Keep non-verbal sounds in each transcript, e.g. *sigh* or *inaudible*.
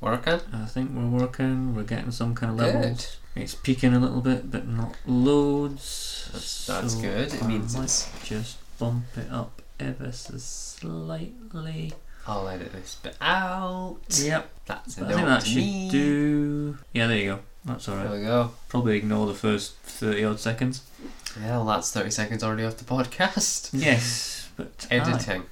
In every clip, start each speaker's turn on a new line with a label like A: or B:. A: Working?
B: I think we're working. We're getting some kind of level.
A: Good.
B: It's peaking a little bit, but not loads.
A: That's, that's
B: so
A: good. It
B: I
A: means
B: might
A: it's.
B: just bump it up ever so slightly.
A: I'll edit this bit out.
B: Yep.
A: That's
B: But
A: a
B: I think
A: note
B: that
A: to
B: should
A: me.
B: do. Yeah, there you go. That's
A: There
B: alright.
A: we go.
B: Probably ignore the first 30 odd seconds.
A: Yeah, well, that's 30 seconds already off the
B: *laughs*
A: podcast.
B: Yes, but. aye.
A: Editing.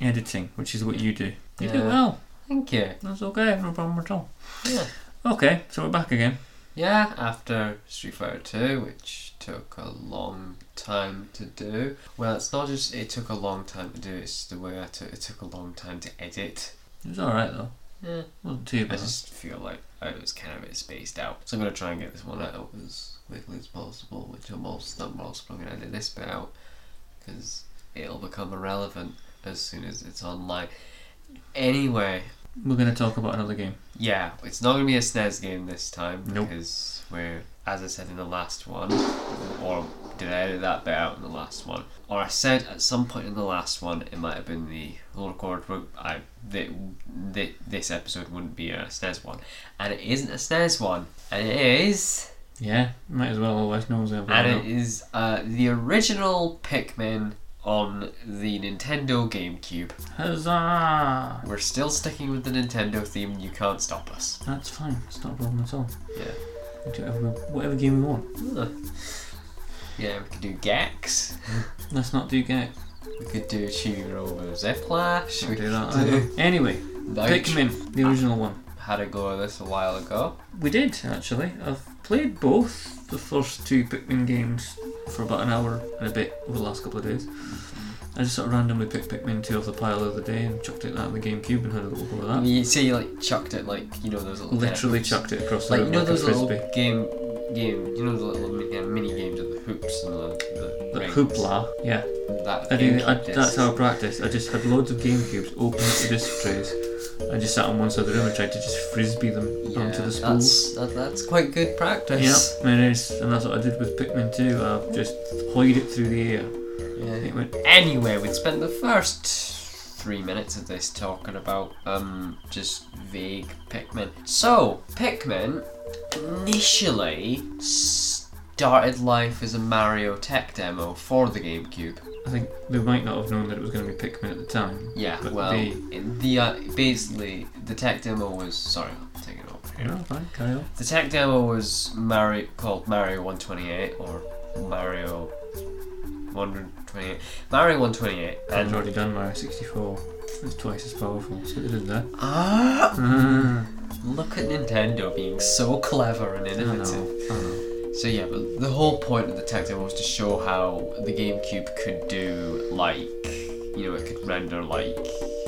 B: Editing, which is what you do. You do
A: Yeah.
B: well.
A: Thank you.
B: That's okay, no problem at all.
A: Yeah.
B: Okay, so we're back again.
A: Yeah, after Street Fighter 2, which took a long time to do. Well, it's not just it took a long time to do, it's the way I took it took a long time to edit.
B: It was alright though.
A: Yeah.
B: Wasn't too
A: I
B: bad.
A: just feel like I was kind of a bit spaced out. So I'm going to try and get this one out as quickly as possible, which I'm also not possible. I'm going to edit this bit out because it'll become irrelevant as soon as it's online. Anyway,
B: We're going to talk about another game.
A: Yeah, it's not gonna be a SNES game this time
B: Nope.
A: because we're, as I said in the last one, or did I edit that bit out in the last one? Or I said at some point in the last one, it might have been the Lord Cord. I that that this episode wouldn't be a SNES one, and it isn't a SNES one, and it is,
B: Yeah, might as well, otherwise no one's ever.
A: and it is uh, the original Pikmin on the Nintendo GameCube.
B: Huzzah!
A: We're still sticking with the Nintendo theme. and You can't stop us.
B: That's fine, it's not a problem at all.
A: Yeah.
B: We do whatever, whatever game we want.
A: Ugh. Yeah, we could do Gex.
B: Let's not do get.
A: We could do Chiro with Ziplash. We
B: Don't do that *laughs*
A: could
B: either. Anyway,
A: do
B: Pikmin, the original one.
A: Had a go at this a while ago.
B: We did, actually. I've played both the first two Pikmin games for about an hour and a bit over the last couple of days. I just sort of randomly picked Pikmin 2 off the pile the other day and chucked it out of the GameCube and had a little go at that.
A: You see, you like chucked it like you know those little
B: Literally
A: kind of-
B: chucked it across the
A: Like you
B: room
A: know
B: like
A: those
B: a
A: little
B: frisbee.
A: game game. You know the little mi- uh, mini games of the hoops and the the,
B: The
A: rings?
B: hoopla, yeah.
A: That
B: I do.
A: GameCube
B: I,
A: disc.
B: Uh, that's how I practice. I just had loads of Game Cubes open up the disc trays. I just sat on one side of the room and tried to just frisbee them
A: Yeah,
B: onto the
A: that's
B: spools.
A: that, that's quite good
B: Yeah,
A: practice.
B: and, it is, and that's what I did with Pikmin too. I just hoyed it through the air.
A: Yeah.
B: It went
A: Anyway, we'd spent the first three minutes of this talking about um just vague Pikmin. So Pikmin initially started life as a Mario tech demo for the GameCube.
B: I think they might not have known that it was going to be Pikmin at the time.
A: Yeah,
B: But
A: well,
B: they-
A: it- the uh, basically the tech demo was sorry, I'm taking it over here.
B: Yeah, fine, carry on.
A: The tech demo was Mario called Mario 128 or Mario 128 Mario 128
B: I've
A: and
B: already done Mario 64. It's twice as powerful. See what they did there.
A: ah
B: *laughs* Mm,
A: Look at Nintendo being so clever and
B: I know.
A: innovative.
B: I know.
A: So yeah, but the whole point of the tech demo was to show how the GameCube could do like, you know, it could render like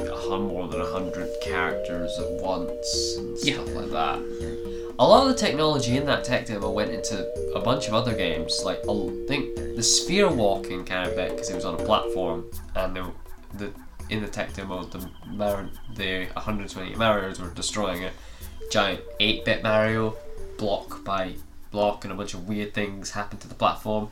A: a hun- more than hundred characters at once and
B: Yeah.
A: stuff like that. A lot of the technology in that tech demo went into a bunch of other games, like I think the sphere walking kind of bit because it was on a platform, and the, the in the tech demo the Mar- the 128 Mario's were destroying it. Giant 8-bit Mario, block by block, and a bunch of weird things happened to the platform.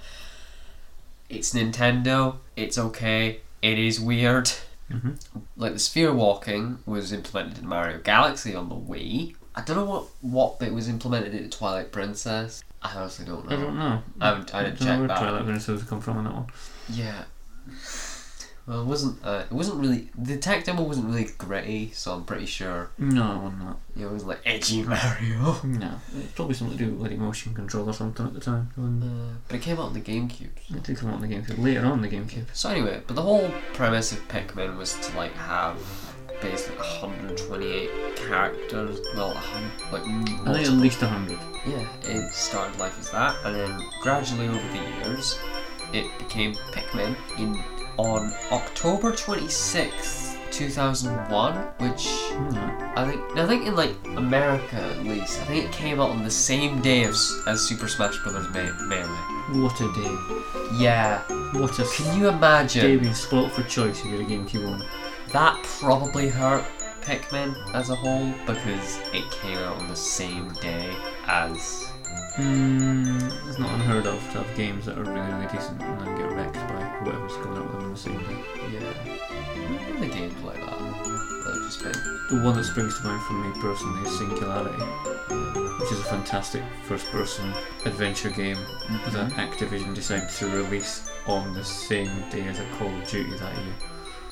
A: It's Nintendo. It's okay. It is weird
B: Mhm.
A: like the sphere walking was implemented in Mario Galaxy on the Wii. I don't know what what bit was implemented in Twilight Princess. I honestly don't
B: I
A: know.
B: don't know.
A: I haven't- I didn't
B: don't know
A: check
B: where
A: that.
B: Twilight Princess come from on that one.
A: Yeah. Well, it wasn't. Uh, it wasn't really. The tech demo wasn't really gritty, so I'm pretty sure
B: No, it wasn't that.
A: it was like edgy *laughs* Mario.
B: No, it's probably something to do with like motion control or something at the time. When
A: Uh, but it came out on the GameCube.
B: it did come out on the GameCube later on the GameCube.
A: So anyway, but the whole premise of Pikmin was to like have basically 128 characters. Well, a hun- like
B: I think at least hundred.
A: yeah, it started life as that, and then gradually over the years, it became Pikmin. In on October twenty sixth, two thousand one, which
B: Right.
A: I think I think in like America at least, I think it came out on the same day as, as Super Smash Brothers Me- Melee.
B: What a day!
A: Yeah,
B: What a s-
A: can you
B: day
A: imagine?
B: being spoilt for choice if you're a GameCube owner.
A: That probably hurt Pikmin as a whole because it came out on the same day as
B: Mm, it's not unheard of to have games that are really, really decent and then get wrecked by whatever's coming out with them on the same day.
A: Yeah. The game's like that. They're it's been.
B: The one that springs to mind for me personally is Singularity, which is a fantastic first person adventure game that
A: Mm-hmm.
B: Activision decided to release on the same day as a Call of Duty that year.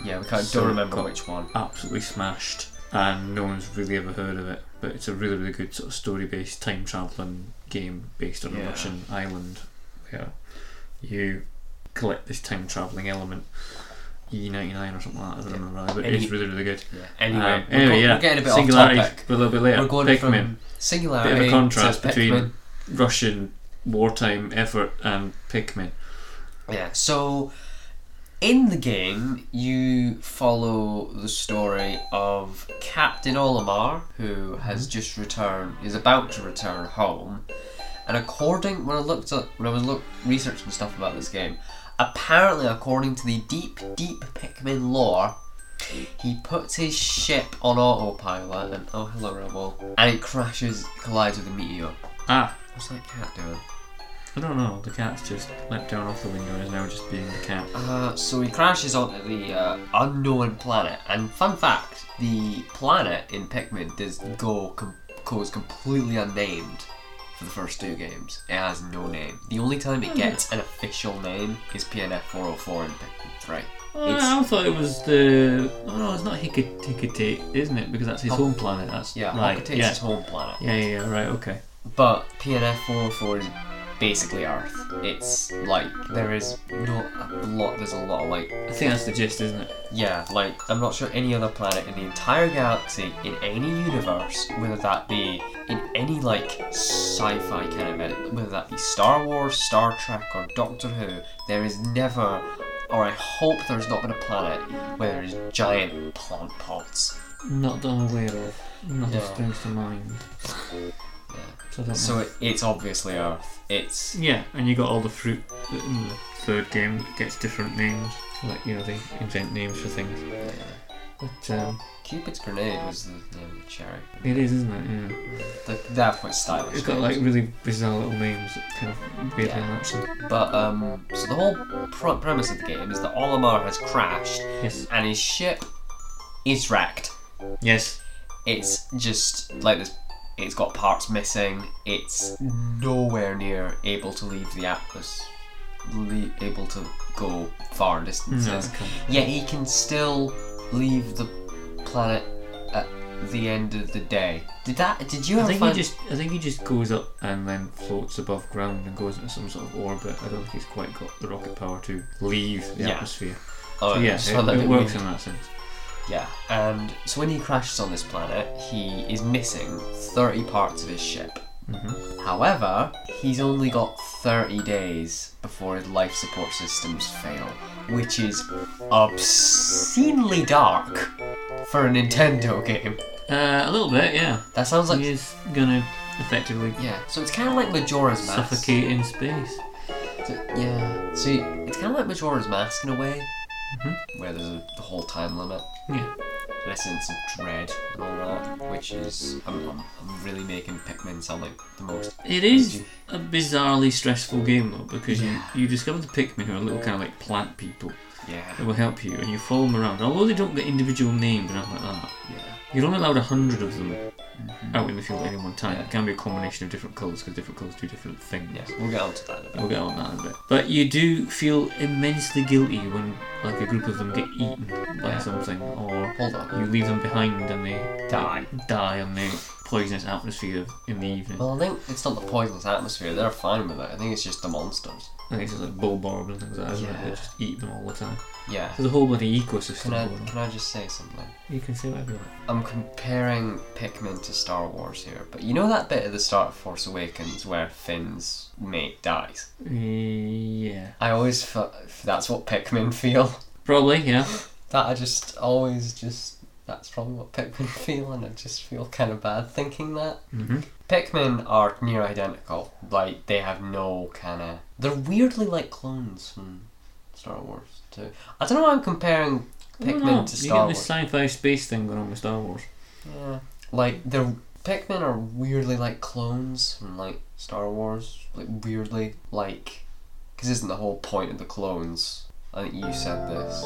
A: Yeah, we can't,
B: So
A: don't remember
B: got-
A: which one.
B: Absolutely smashed, and no one's really ever heard of it, but it's a really, really good sort of story based time traveling game based on
A: Yeah.
B: a Russian island where you collect this time traveling element. E99 or something like that, I don't
A: Yeah.
B: remember, either, but
A: And
B: it's
A: you-
B: really, really good.
A: Yeah. Anyway,
B: Um,
A: we're, go- we're getting a bit off
B: Singularity,
A: topic.
B: We're a little bit later.
A: We're going
B: Pikmin,
A: from singularity
B: bit of a contrast
A: to Pikmin.
B: between Russian wartime effort and Pikmin.
A: Yeah. So in the game, you follow the story of Captain Olimar, who has just returned, is about to return home, and according when I looked up, when I was look researching stuff about this game, apparently according to the deep, deep Pikmin lore. He puts his ship on autopilot and oh hello Rebel and it crashes collides with a meteor.
B: Ah,
A: What's that cat doing?
B: I don't know. The cat's just leapt down off the window and is now just being the cat.
A: Uh, so he crashes onto the uh, unknown planet, and fun fact: the planet in Pikmin does go com- goes completely unnamed for the first two games. It has no name. The only time it gets an official name is PNF 404 in Pikmin 3.
B: Oh,
A: It's-
B: I thought it was the. Oh no, it's not Hikat- Hikatate, isn't it? Because that's his home planet. That's
A: Oh. Yeah,
B: right.
A: Alcatate's
B: Yeah.
A: his home planet.
B: yeah, yeah, yeah, right. Okay.
A: But PNF 404 is basically Earth. It's like there is not a lot. There's a lot of like
B: I think that's the gist, isn't it?
A: Yeah, like I'm not sure any other planet in the entire galaxy, in any universe, whether that be in any like sci-fi kind of it, whether that be Star Wars, Star Trek, or Doctor Who, there is never, or I hope there's not been a planet where there is giant plant pods.
B: Not that I'm aware of. Nothing
A: Yeah.
B: springs to mind.
A: Yeah.
B: So, I don't know.
A: So it, it's obviously Earth. It's
B: Yeah, and you got all the fruit that in the third game that gets different names. Like, you know, they invent names for things.
A: yeah.
B: But um,
A: Cupid's grenade was the name of the cherry.
B: it is, isn't it? Yeah.
A: The, that was stylish.
B: It's got
A: names.
B: like really bizarre little names that kind of weirdly
A: Yeah.
B: match them.
A: But um, so the whole pr- premise of the game is that Olimar has crashed
B: Yes.
A: and his ship is wrecked.
B: Yes.
A: It's just like this. It's got parts missing. It's nowhere near able to leave the atmosphere, le- able to go far
B: No.
A: distances.
B: okay.
A: Yet he can still leave the planet at the end of the day. Did that? Did you
B: I
A: have
B: think he
A: fun?
B: just I think he just goes up and then floats above ground and goes into some sort of orbit. I don't think he's quite got the rocket power to leave the
A: Yeah.
B: atmosphere.
A: oh,
B: So yeah,
A: so
B: it,
A: that
B: it
A: didn't
B: works
A: mean-
B: in that sense.
A: Yeah, and so when he crashes on this planet, he is missing 30 parts of his ship.
B: hmm
A: However, he's only got 30 days before his life support systems fail, which is obscenely dark for a Nintendo game.
B: Uh, a little bit, yeah.
A: That sounds like.
B: he is gonna effectively
A: Yeah, so it's kind of like Majora's Mask.
B: suffocate in space.
A: So- yeah, so you- it's kind of like Majora's Mask in a way,
B: Mhm.
A: where there's a the whole time limit.
B: Yeah.
A: Essence of dread and all that, which is I'm, I'm, I'm really making Pikmin sound like the most.
B: It is a bizarrely stressful game though, because you, you discover the Pikmin who are little kind of like plant people that
A: Yeah,
B: will help you, and you follow them around. Although they don't get individual names and nothing like that,
A: yeah,
B: you're only allowed a hundred of them
A: Mhm.
B: out in the field at any one time.
A: Yeah.
B: It can be a combination of different colours because different colours do different things.
A: yeah. We'll get onto that in a bit.
B: We'll get on that in a bit. But you do feel immensely guilty when like a group of them get eaten by
A: Yeah.
B: something or
A: Hold on.
B: you leave them behind and they
A: Die.
B: die on the poisonous atmosphere in the evening.
A: Well, I think it's not the poisonous atmosphere. They're fine with it. I think it's just the monsters.
B: I think it's just like bulbarb and things like that, isn't it?
A: Yeah.
B: They just eat them all the time.
A: Yeah.
B: There's a whole bloody ecosystem
A: Can I
B: going on.
A: can I just say something?
B: You can say whatever you want.
A: I'm comparing Pikmin to Star Wars here, but you know that bit at the start of Force Awakens where Finn's mate dies.
B: Yeah.
A: I always felt that's what Pikmin *laughs* feel.
B: Probably, yeah.
A: that I just always just that's probably what Pikmin *laughs* feel, and I just feel kind of bad thinking that.
B: hmm
A: Pikmin are near identical. Like they have no kind of they're weirdly like clones from Star Wars too. I don't know why I'm comparing Pikmin to
B: you
A: Star
B: get
A: Wars.
B: this sci-fi space thing going on with Star Wars.
A: Yeah, like they're Pikmin are weirdly like clones from like Star Wars. Like weirdly like, because isn't the whole point of the clones? I think you said this.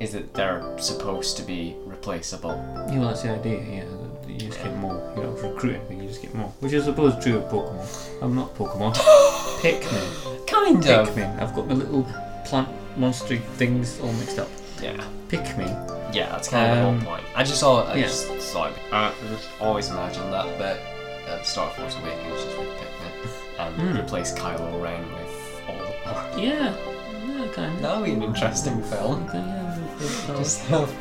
A: is that they're supposed to be replaceable.
B: Yeah, well, that's the idea. Yeah, that you just get more. You don't recruit anything. You just get more, which I suppose is true of Pokemon. I'm not Pokemon. Pikmin.
A: Kind of.
B: Pikmin. I've got my little plant monster things all mixed up.
A: Yeah.
B: Pikmin.
A: Yeah, that's kind of
B: Um,
A: the whole point. I just saw. I
B: yeah.
A: just saw it. I just always imagined that bit at Star Force Awakens just with Pikmin and
B: Hmm.
A: replace Kylo Ren with all the *laughs* power.
B: Yeah. Yeah, kind of.
A: That would be an interesting film.
B: Okay, yeah, we'll- we'll- we'll-
A: Just have,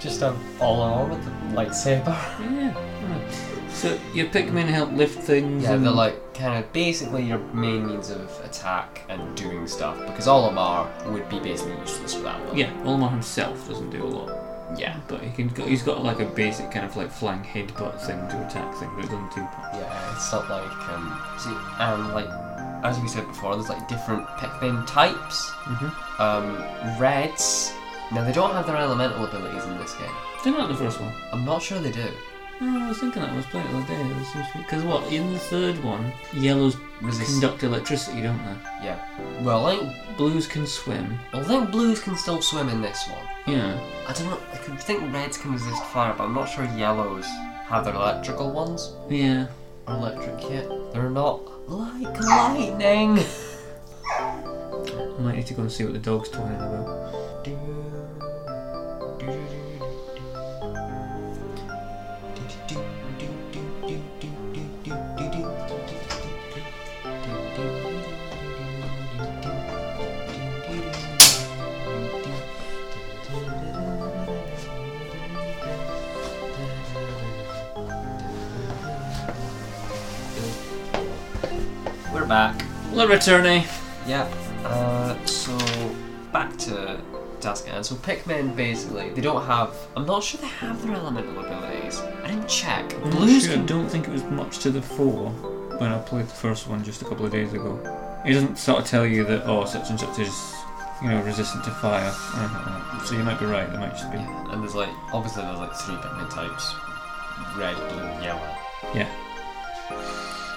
A: just have all on with the lightsaber.
B: Yeah. alright. So your Pikmin help lift things.
A: Yeah,
B: and
A: they're like kind of basically your main means of attack and doing stuff because Olimar would be basically useless without them.
B: Yeah, Olmar himself doesn't do a lot,
A: Yeah.
B: but he can. He's got like a basic kind of like flying headbutt thing to attack thing, but it doesn't do.
A: Yeah, it's not like um see and like as we said before, there's like different Pikmin types.
B: Mm-hmm.
A: Um reds. Now they don't have their elemental abilities in this game.
B: They're not the first one.
A: I'm not sure they do.
B: Oh, I was thinking that when I was playing it the other day. It seems because what in the third one, yellows
A: Resist
B: conduct electricity, don't they?
A: yeah. Well I think
B: Blues can swim.
A: I think blues can still swim in this one.
B: Yeah.
A: I don't know I could think reds can resist fire, but I'm not sure yellows have their electrical ones.
B: Yeah.
A: Or electric kit. They're not like lightning.
B: I might need to go and see what the dog's talking about.
A: We're back.
B: Literature, eh?
A: Yeah. Uh, so back to task at hand. So Pikmin basically they don't have. I'm not sure they have their elemental abilities. I didn't check. Blues
B: Blues. I
A: can.
B: don't think it was much to the fore when I played the first one just a couple of days ago. It doesn't sort of tell you that oh such and such is you know resistant to fire. or anything like that. So you might be right. There might just be.
A: Yeah, and there's like obviously there's like three Pikmin types: red, blue, and yellow.
B: Yeah.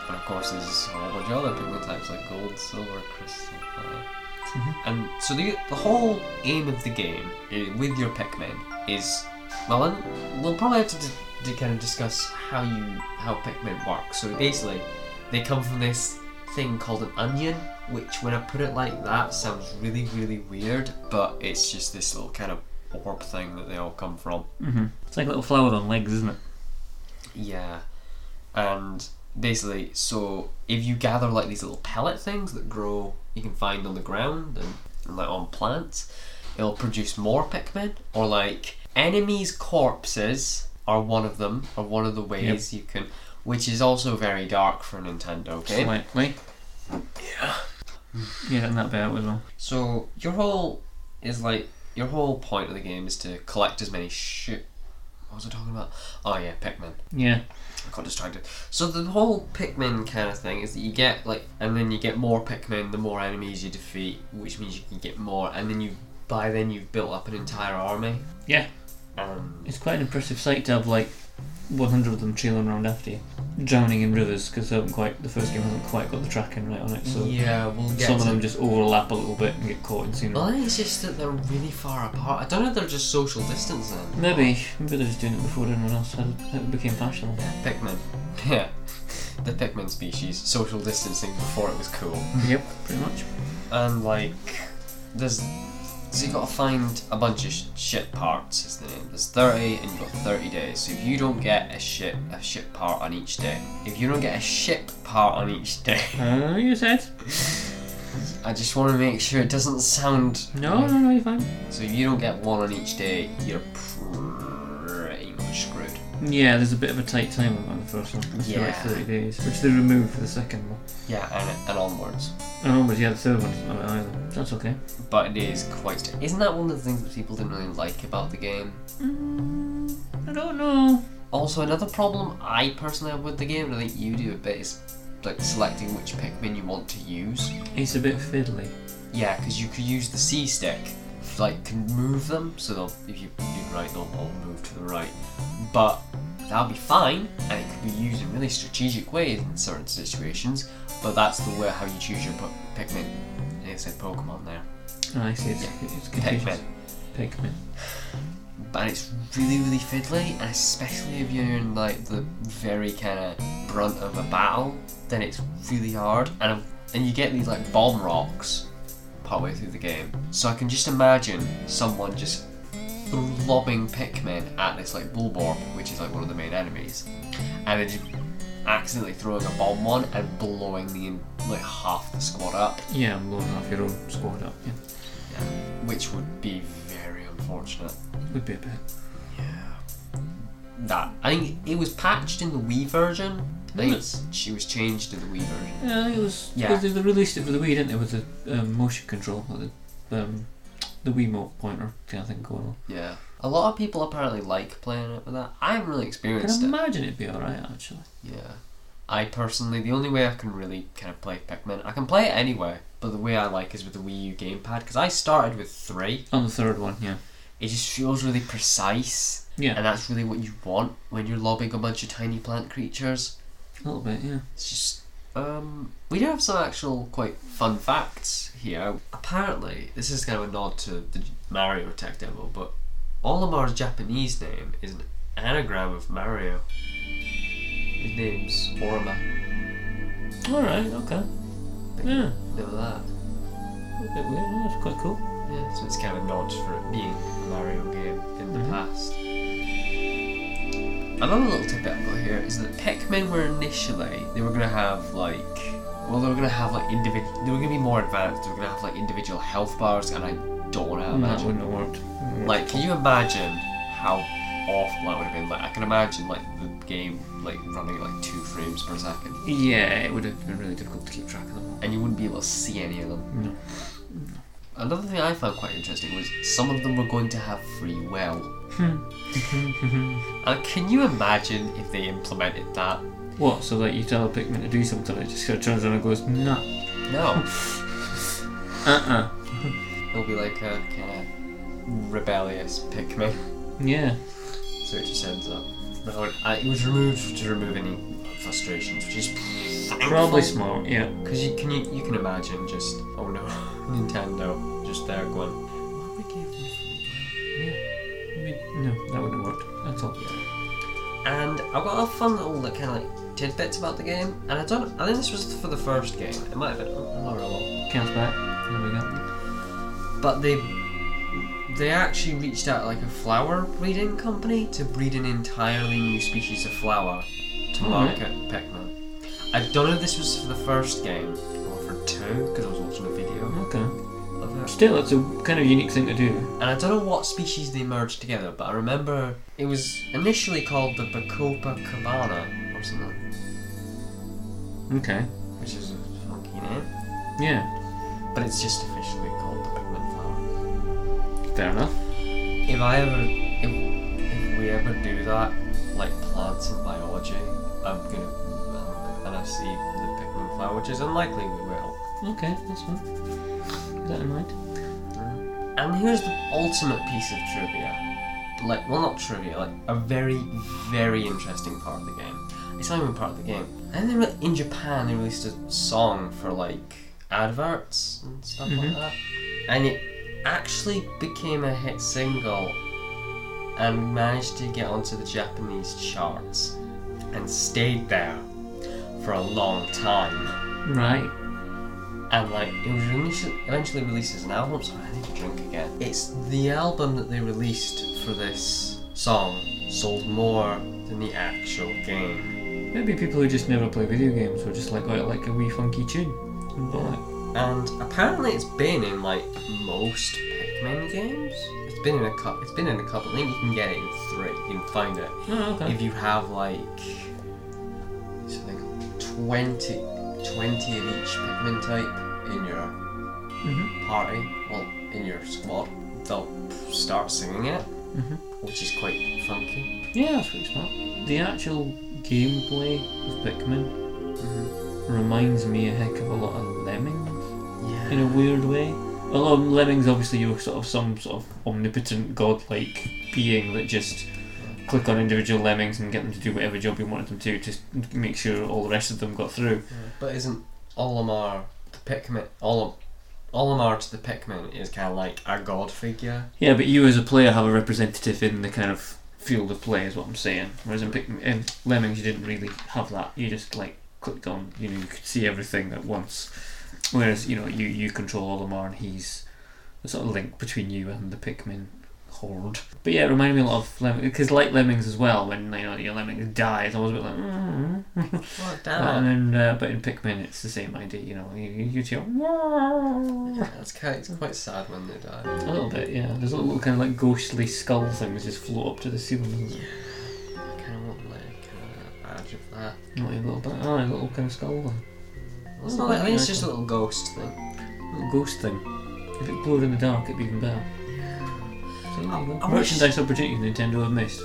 A: And of course there's a whole bunch of other Pikmin types like gold, silver, crystal. uh, And so the the whole aim of the game i- with your Pikmin is well, and we'll probably have to, d- to kind of discuss how you how Pikmin work. So basically, they come from this thing called an onion, which when I put it like that sounds really really weird, but it's just this little kind of orb thing that they all come from.
B: hmm It's like a little flower on legs, isn't it?
A: Yeah. And basically, so if you gather like these little pellet things that grow, you can find on the ground and, and like on plants, it'll produce more Pikmin. Or like enemies' corpses are one of them, or one of the ways you can, which is also very dark for a Nintendo game.
B: Slightly. Yeah. Yeah, and that bit out as well.
A: So your whole is like your whole point of the game is to collect as many shit. What was I talking about? Oh yeah, Pikmin.
B: Yeah.
A: I got distracted. So the whole Pikmin kind of thing is that you get like, and then you get more Pikmin the more enemies you defeat, which means you can get more, and then you by then you've built up an entire army.
B: Yeah.
A: Um,
B: It's quite an impressive sight to have like 100 of them trailing around after you, drowning in rivers because they haven't quite the first game hasn't quite got the tracking right on it. So
A: yeah, we'll get.
B: some
A: to-
B: of them just overlap a little bit and get caught in scenery.
A: Well, I think it's just that they're really far apart. I don't know if they're just social distancing.
B: Maybe, maybe they're just doing it before anyone else had it became fashionable.
A: Pikmin. *laughs* Yeah. The Pikmin species, social distancing before it was cool.
B: Yep, pretty much.
A: and like there's so you gotta find a bunch of sh- shit parts is the name there's 30 and you've got 30 days so if you don't get a ship a ship part on each day if you don't get a ship part on each day *laughs*
B: Oh, you said?
A: i just want to make sure it doesn't sound
B: No, no, no, you're fine.
A: so if you don't get one on each day you're pretty much screwed
B: Yeah, there's a bit of a tight time limit on the first one. It's yeah. like
A: Yeah.
B: 30 days, which they removed for the second one.
A: yeah and, and onwards
B: And onwards, yeah, the third one's not bad either. That's okay.
A: but it is quite st- isn't that one of the things that people didn't really like about the game
B: Mm, I don't know.
A: Also, another problem I personally have with the game, and I think you do a bit, is like selecting which Pikmin you want to use.
B: It's a bit fiddly.
A: Yeah, because you could use the C stick, like can move them, so they'll, if you do right, they'll all move to the right. But that'll be fine, and it could be used in really strategic ways in certain situations. But that's the way how you choose your po- Pikmin. I said Pokemon there.
B: Ah, Oh, I see, it's, it's confusing.
A: Pikmin.
B: Pikmin.
A: and it's really really fiddly and especially if you're in like the very kind of brunt of a battle then it's really hard and and you get these like bomb rocks partway through the game so i can just imagine someone just lobbing pikmin at this like bulborb which is like one of the main enemies and then just accidentally throwing a bomb one and blowing the like half the squad up
B: Yeah, I'm blowing half your own squad up. Yeah,
A: which would be very unfortunate
B: would be a bit.
A: that. I think it was patched in the Wii version. I think
B: Mm.
A: it's, she was changed in the Wii version.
B: Yeah, it was.
A: Yeah.
B: Yeah. They, they released it for the Wii, didn't they? With the um, motion control, like the um, the Wiimote pointer kind of thing going on.
A: Yeah. A lot of people apparently like playing it with that. I haven't really
B: I
A: experienced
B: can
A: it.
B: imagine it'd be alright actually.
A: Yeah. I personally, the only way I can really kind of play Pikmin, I can play it anyway, but the way I like is with the Wii U gamepad because I started with three.
B: On the third one, yeah,
A: It just feels really precise,
B: yeah,
A: and that's really what you want when you're lobbing a bunch of tiny plant creatures.
B: a little bit, yeah.
A: It's just um, we do have some actual quite fun facts here. Apparently, this is kind of a nod to the Mario tech demo, but Olimar's Japanese name is an anagram of Mario. His name's Orima.
B: All right, okay, yeah,
A: Know that?
B: a bit weird. That's quite cool.
A: Yeah. So it's kind of a nod for it being a Mario game in the
B: Mhm.
A: past. Another little tidbit I've got here is that Pikmin were initially they were gonna have like well they were gonna have like individual they were gonna be more advanced they were gonna have like individual health bars and I don't want to
B: Mm, that
A: imagine
B: wouldn't have worked. Wouldn't have
A: like can you imagine how awful that would have been like I can imagine like the game like running at like two frames per second
B: worked. yeah, it would have been really difficult to keep track of them all.
A: and you wouldn't be able to see any of them.
B: No.
A: Another thing I found quite interesting was some of them were going to have free will. And Uh, can you imagine if they implemented that?
B: *laughs* What? So like you tell a Pikmin to do something, it just kind of turns around and goes, nah,
A: No.
B: uh,
A: It'll be like a kind of rebellious Pikmin.
B: uh yeah.
A: So it just ends up. No, it- I- it was removed to remove any frustrations, which is
B: Probably smart, yeah.
A: Because you can you, you can imagine just oh no *laughs* Nintendo just there going. "Why would we give them free will?"
B: Yeah. I mean, no, that wouldn't have worked at all.
A: and I've got a fun little kind of like tidbits about the game. And I don't, I think this was for the first game. It might have been, I'm not really well.
B: Counts back. There we go.
A: But they, they actually reached out like a flower breeding company to breed an entirely new species of flower to
B: Alright.
A: market Pikmin. I don't know if this was for the first game or for two because I was watching a video
B: Okay.
A: of it.
B: Still, it's a kind of unique thing to do.
A: And I don't know what species they merged together, but I remember it was initially called the Bacopa cabana or something,
B: Okay.
A: which is a funky name.
B: Yeah.
A: but it's just officially called the Pikmin flower.
B: Fair enough.
A: If I ever, if, if we ever do that, like plants in biology, I'm gonna, I'm gonna see the Pikmin flower, which is unlikely we will.
B: Okay, that's fine. Keep that in mind.
A: And here's the ultimate piece of trivia, like, well, not trivia, like a very, very interesting part of the game. It's not even part of the game. And then in Japan, they released a song for like adverts and stuff like
B: Mhm.
A: that, and it actually became a hit single and managed to get onto the Japanese charts and stayed there for a long time.
B: Right.
A: And like it was initially, eventually released as an album. Sorry, I need to drink again. It's the album that they released for this song sold more than the actual game.
B: Maybe people who just never play video games were just like, oh, I like a wee funky tune. And bought it.
A: and apparently it's been in like most Pikmin games. It's been in a couple. It's been in a couple. I think you can get it in three. You can find it
B: Oh, okay.
A: if you have like, it's like 20, 20 of each Pikmin type in your
B: hmm
A: party. Well, in your squad, they'll start singing it,
B: hmm
A: which is quite funky.
B: Yeah, that's pretty smart. The actual gameplay of Pikmin
A: Mm-hmm.
B: reminds me a heck of a lot of Lemmings
A: Yeah.
B: in a weird way. Although in Lemmings, obviously, you're sort of some sort of omnipotent godlike being that just click on individual lemmings and get them to do whatever job you wanted them to, just make sure all the rest of them got through.
A: But isn't Olimar the Pikmin? Olim, Olimar to the Pikmin is kind of like a god figure.
B: Yeah, but you as a player have a representative in the kind of field of play, is what I'm saying. Whereas in, Pikmin, in Lemmings, you didn't really have that. You just like clicked on, you know, you could see everything at once. Whereas you know, you you control Olimar, and he's the sort of link between you and the Pikmin horde. But yeah, it reminded me a lot of Lemmings because like Lemmings as well. When you know your Lemmings dies, I was a bit like. Mm. *laughs*
A: What
B: And then, uh, but in Pikmin, it's the same idea. You know, you you just hear, "Wah."
A: That's kind it's quite sad when they
B: A
A: die.
B: little bit, yeah. There's a little kind of like ghostly skull things just float up to the ceiling.
A: I kind of want like a badge of that.
B: Not a little bit. Oh, a little kind of skull thing.
A: It's not like, I think it's just a little ghost thing.
B: little ghost thing. If it glowed in the dark, it'd be even better. So, there you go.
A: I- I wish-
B: Merchandise opportunity Nintendo have missed.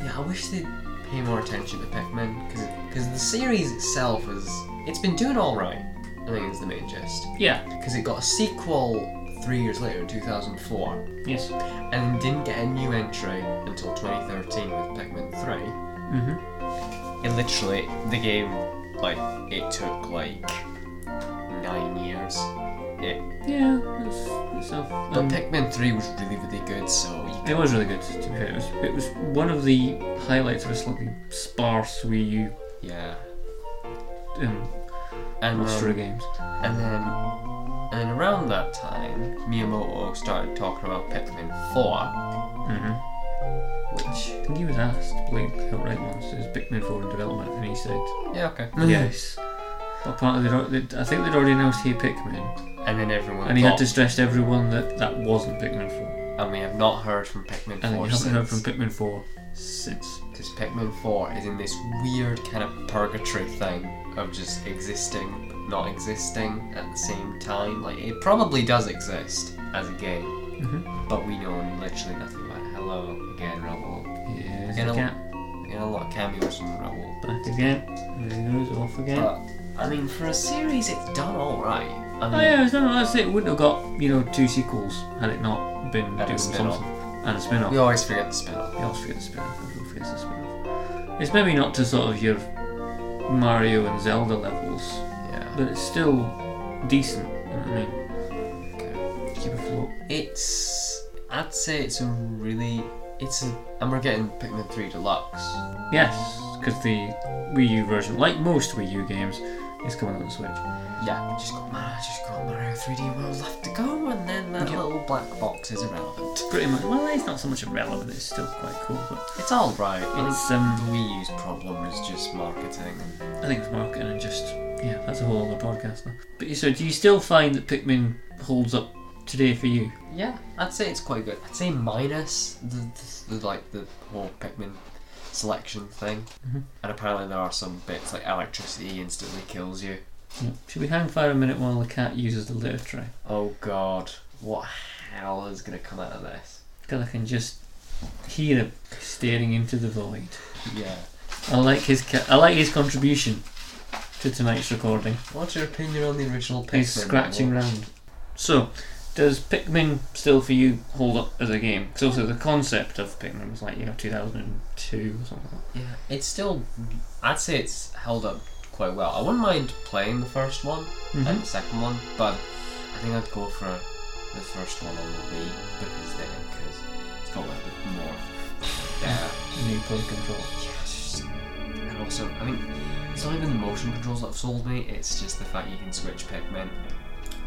A: Yeah, I wish they'd pay more attention to Pikmin because the series itself is it's been doing all right. I think is the main gist
B: Yeah.
A: because it got a sequel three years later in 2004.
B: Yes.
A: and didn't get a new entry until 2013 with Pikmin
B: Mm-hmm.
A: 3. And literally, the game, like, it took like nine years. It,
B: Yeah. That's, that's a-
A: but
B: um,
A: Pikmin 3 was really, really good, so you
B: It was really good. To be fair, it was, it was one of the highlights of a slightly sparse Wii U
A: yeah.
B: um,
A: And
B: roster of
A: um,
B: games.
A: and then and around that time, Miyamoto started talking about Pikmin 4,
B: Mm-hmm.
A: which
B: I think he was asked like outright once. It was Pikmin 4 in development, and he said.
A: yeah, okay.
B: Yes. But apparently, they'd, al- I think they'd already announced Hey Pikmin,
A: And then everyone
B: and he had
A: thought,
B: to stress to everyone that that wasn't Pikmin 4.
A: and we have not heard from Pikmin 4
B: And you
A: since.
B: haven't heard from Pikmin 4 since.
A: Because Pikmin 4 is in this weird kind of purgatory thing of just existing, but not existing at the same time. Like, it probably does exist as a game,
B: Mm-hmm.
A: but we know literally nothing about it. Hello, again, Rubble.
B: Yeah,
A: You know-
B: again.
A: You know, a lot of cameos from Rubble.
B: Back again. There he goes, off again.
A: But, I mean, for a series, it's done alright. I mean,
B: Oh yeah, it's not, that's it. Wouldn't have got you know two sequels had it not been
A: a
B: doing
A: spin-off.
B: something and a spin-off.
A: we always forget the spin off.
B: I always forget the spin-off. Everyone forgets the spin-off. It's maybe not to sort of your Mario and Zelda levels,
A: Yeah.
B: but it's still decent. You know what I mean?
A: Okay.
B: Keep afloat.
A: It's. I'd say it's a really. It's a. And we're getting Pikmin 3 Deluxe.
B: Yes, because the Wii U version, like most Wii U games, is coming on the Switch.
A: Yeah, just got Mario, just got Mario 3D World left to go, and then that
B: Yeah.
A: little black box is irrelevant.
B: Pretty much. Well, it's not so much irrelevant. It's still quite cool, but
A: It's all right. I think
B: it's um,
A: the Wii U's problem is just marketing.
B: I think it's marketing and just yeah, that's a whole other podcast now. But so, do you still find that Pikmin holds up today for you?
A: Yeah, I'd say it's quite good. I'd say minus the, the, the like the whole Pikmin selection thing,
B: Mhm.
A: and apparently there are some bits like electricity instantly kills you.
B: Should we hang fire a minute while the cat uses the litter tray?
A: Oh God, what hell is gonna come out of this?
B: Because I can just hear him staring into the void.
A: Yeah.
B: I like his ca- I like his contribution to tonight's recording.
A: What's your opinion on the original Pikmin?
B: He's scratching
A: Marvel?
B: round. So, does Pikmin still for you hold up as a game? Because also the concept of Pikmin was like you know 2002 or something. Like
A: Yeah, it's still. I'd say it's held up quite well. I wouldn't mind playing the first one
B: that.
A: and the second one, but I think I'd go for the first one on the Wii because then because it's got a little bit more. Yeah,
B: New plug control.
A: yeah, it's just, and also I mean, it's not even the motion controls that have sold me. It's just the fact you can switch Pikmin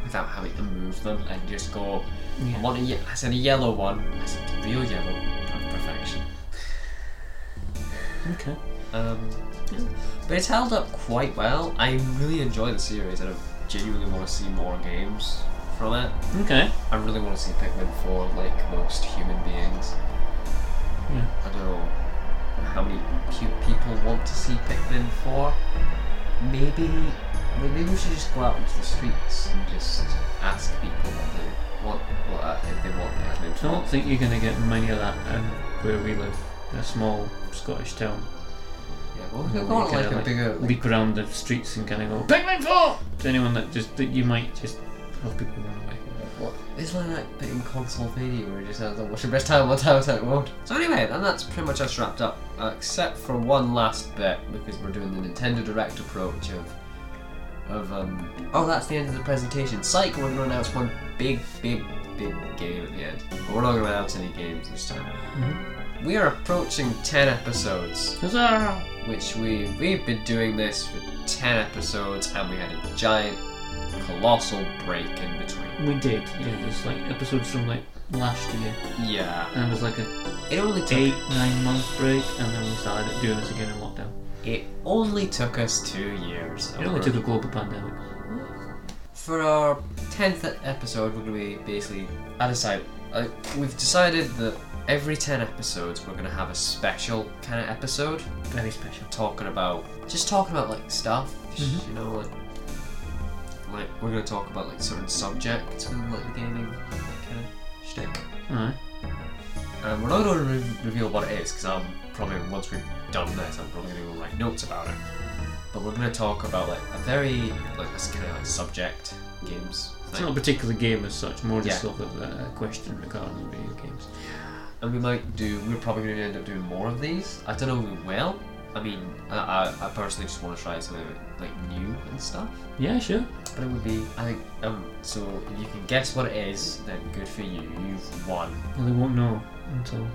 A: without having to move them and just go. I
B: Yeah.
A: want a ye- I said a yellow one. I said the real yellow. Perfection.
B: Okay.
A: Um, but it's held up quite well. I really enjoy the series, and I genuinely want to see more games from it.
B: Okay.
A: I really want to see Pikmin 4 like most human beings.
B: Yeah.
A: I don't know how many cute people want to see Pikmin 4. Maybe, maybe we should just go out into the streets and just ask people what they want, what, uh, if they want Pikmin
B: I
A: 4.
B: don't think you're gonna get many of that um, where we live. In a small Scottish town.
A: Yeah, well,
B: Well,
A: we could
B: you
A: go on
B: kinda,
A: like a
B: like,
A: bigger.
B: Leap around the streets and kind of go Pikmin four. To anyone that just that you might just have people run away.
A: What? It's like that bit in Consolevania where it just says, "Oh, what's your best time, what time, what time, what? So anyway, and that's pretty much us wrapped up, uh, except for one last bit, because we're doing the Nintendo Direct approach of of um, oh, that's the end of the presentation. Psych, we're going to announce one big, big, big game at the end. But we're not going to announce any games this time. We are approaching ten episodes,
B: Huzzah!
A: which we we've been doing this for ten episodes, and we had a giant, colossal break in between.
B: We did. Yeah, there's like episodes from like last year,
A: Yeah,
B: and it was like an
A: it only took
B: eight, nine month break, and then we started doing this again in lockdown.
A: it only took us two years.
B: It only
A: over-
B: took a global pandemic.
A: for our 10th episode we're going to be basically i decide uh, we've decided that every 10 episodes we're going to have a special kind of episode
B: Very special.
A: talking about just talking about like stuff just,
B: Mm-hmm.
A: you know like like we're going to talk about like certain subjects within like the gaming kind of shtick
B: Alright.
A: and we're not going to re- reveal what it is because I'm probably once we've done this, I'm probably going to go like notes about it. But we're going to talk about like a very like this kind of like subject games
B: It's
A: thing,
B: not a particular game as such, more just
A: Yeah.
B: sort of uh, a question regarding video games.
A: and we might do. We're probably going to end up doing more of these. I don't know if we will. I mean, I, I, I personally just want to try something like new and stuff.
B: Yeah, sure.
A: But it would be, I think, um. So if you can guess what it is, then good for you. You've won.
B: Well, they won't know until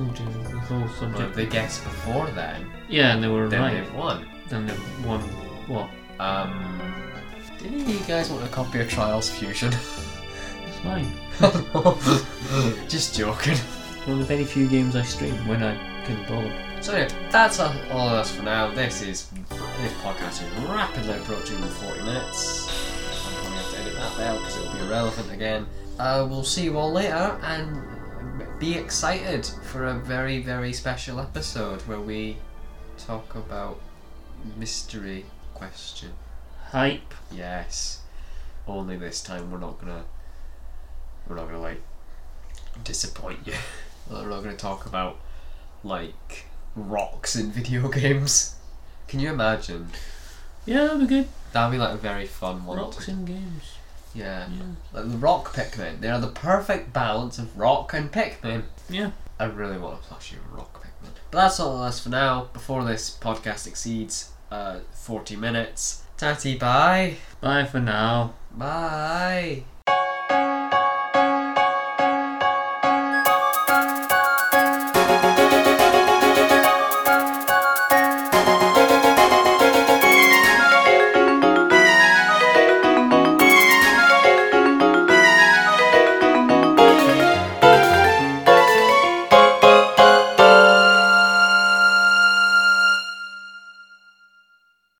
B: oh Jesus, the whole
A: But if
B: subject.
A: they guess before then,
B: Yeah, and they were
A: then
B: right.
A: they've won.
B: Then they won. What?
A: Um, did any of you guys want a copy of Trials Fusion? *laughs*
B: It's mine.
A: Just joking.
B: One of the very few games I stream when I can bother.
A: So anyway, that's all all of us for now. This is this podcast is rapidly approaching 40 minutes. I'm probably going to edit that now because it'll be irrelevant again. Uh, we'll see you all later and be excited for a very very special episode where we talk about mystery question.
B: Hype.
A: Yes. Only this time we're not gonna we're not gonna like disappoint you. *laughs* we're not gonna talk about like rocks in *laughs* video games. Can you imagine?
B: Yeah, that'd be good.
A: That'd be like a very fun one.
B: Rocks
A: to-
B: in games.
A: Yeah.
B: Yeah.
A: Like the rock Pikmin. They are the perfect balance of rock and Pikmin.
B: Yeah.
A: I really want to plush you a rock Pikmin. But that's all that's for now. Before this podcast exceeds uh, 40 minutes. Tatty bye.
B: Bye for now.
A: Bye.